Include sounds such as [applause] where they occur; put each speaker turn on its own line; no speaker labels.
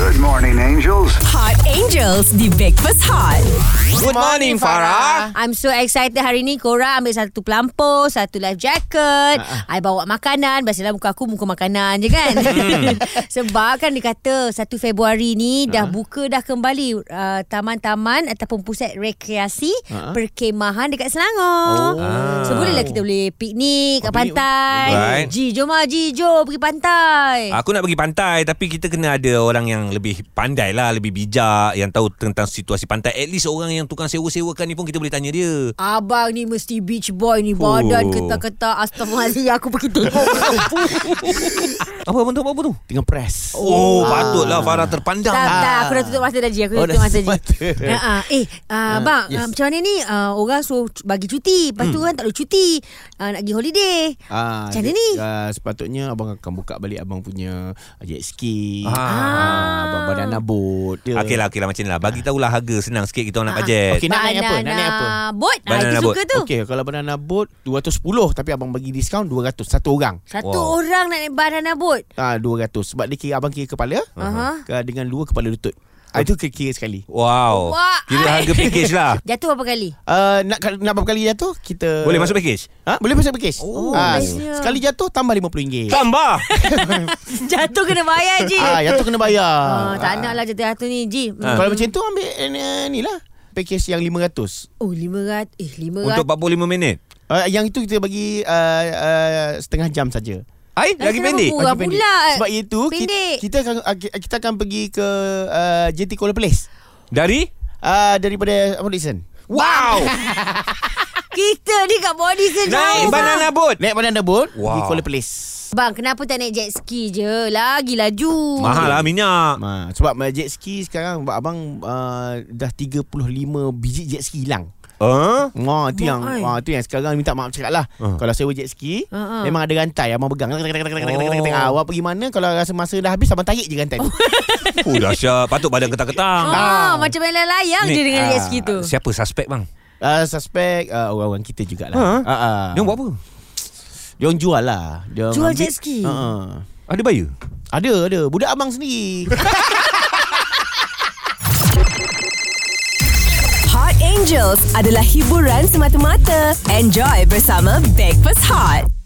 Good morning, angels.
Hot Angels di Breakfast Hot.
Good morning, Farah.
I'm so excited hari ni korang ambil satu pelampung, satu life jacket.
Ha,
Uh-huh. I bawa makanan. Biasalah muka aku muka makanan je kan.
Hmm.
[laughs] Sebab kan dia kata 1 Februari ni
Ha.
dah buka dah kembali uh, taman-taman ataupun pusat rekreasi uh-huh. perkemahan dekat Selangor.
Ha. Oh.
Oh. So bolehlah kita boleh piknik kat
Oh, piknik.
pantai.
Alright.
Ji, jom lah Ji, jom pergi pantai.
Aku nak pergi pantai tapi kita kena ada orang yang lebih pandai lah, lebih bijak, yang tahu tentang situasi pantai. At least orang yang tukang sewa-sewakan ni pun kita boleh tanya dia.
Abang ni mesti beach boy ni Badan
Oh.
ketar-ketar Astaghfirullahaladzim Aku pergi tengok
Apa apa tu? Apa, apa tu?
Tengah press
Oh, patutlah Farah terpandang.
Tak,
Ah.
tak. Aku dah tutup mata dah Ji. Aku dah
Oh,
tutup
dah
mata Ji.
tutup mata. [laughs]
Ya, ah. Eh, ah, bang.
yes.
ah, Macam mana ni? ah, Orang suruh cu- bagi cuti. Lepas tu kan tak ada cuti. Ah, Nak pergi holiday.
Ah,
Macam mana
dia-
ni?
ah, sepatutnya abang akan buka balik abang punya jet ski.
Ah.
abang
Ah.
banana boat. Dia.
Okey lah, okey lah macam ni lah. Bagi tahulah harga senang sikit kita orang nak
Ah.
bajet.
Okey, nak naik apa? Nak naik apa?
Banana Boat. Ah,
Banana
Itu
boat.
suka tu.
Okey, kalau banana boat 210 tapi abang bagi diskaun 200 satu orang.
Satu
Wow.
orang nak naik banana boat.
Ah 200 sebab dia kira abang kira kepala
Aha.
ke- dengan dua kepala lutut. Ah, itu kira-kira sekali.
Wow.
Wah,
Kira
I-
harga package
[laughs]
lah.
Jatuh berapa kali?
Uh, nak nak berapa kali jatuh kita
Boleh masuk package?
Ha? Boleh masuk package.
Oh.
Ah,
bestnya.
sekali jatuh tambah RM50.
Tambah.
Jatuh kena bayar je.
Ah, jatuh kena bayar.
Ah, tak nak
Ah.
lah jatuh jatuh ni Ji.
Ah.
Kalau macam tu ambil uh, ni lah package yang 500.
Oh 500 Eh 500
Untuk 45 minit.
Uh, yang itu kita bagi uh, uh, setengah jam saja.
Ai,
Dah
lagi
kenapa
pendek.
Murah
Bagi pendek.
pula.
Sebab itu kita,
Pendek.
kita akan uh, ki- kita akan pergi ke uh, JT Kuala Place.
Dari
Uh, daripada apa Dixon?
Wow.
Kita ni kat body sejauh
Naik banana boat.
Naik banana boat wow. pergi
Wow.
Kuala Place.
Bang, kenapa tak naik jet ski je? Lagi laju.
Mahal lah minyak.
Ma, sebab uh, jet ski sekarang abang- abang uh, dah 35 biji jet ski hilang.
Huh?
Wah, tu yang
Why?
wah, tu yang sekarang minta maaf cakap lah.
Ah.
Kalau sewa jet ski,
Ah, ah.
memang ada rantai abang pegang.
Oh.
Oh. Awak pergi mana kalau rasa masa dah habis abang tarik je
[laughs]
rantai tu.
Oh dahsyat Patut badan ketang-ketang
Ah, macam main layang je dengan jet ski tu.
Siapa suspek bang?
Uh, suspek uh, orang-orang kita jugalah.
Ha?
Uh, uh.
Dia buat apa?
Dia orang jual lah. Dia orang
Jual
ambil-
jet ski?
Ha, ha.
Ada bayar?
Ada, ada. Budak abang sendiri.
Hot Angels adalah hiburan semata-mata. Enjoy bersama Breakfast Hot.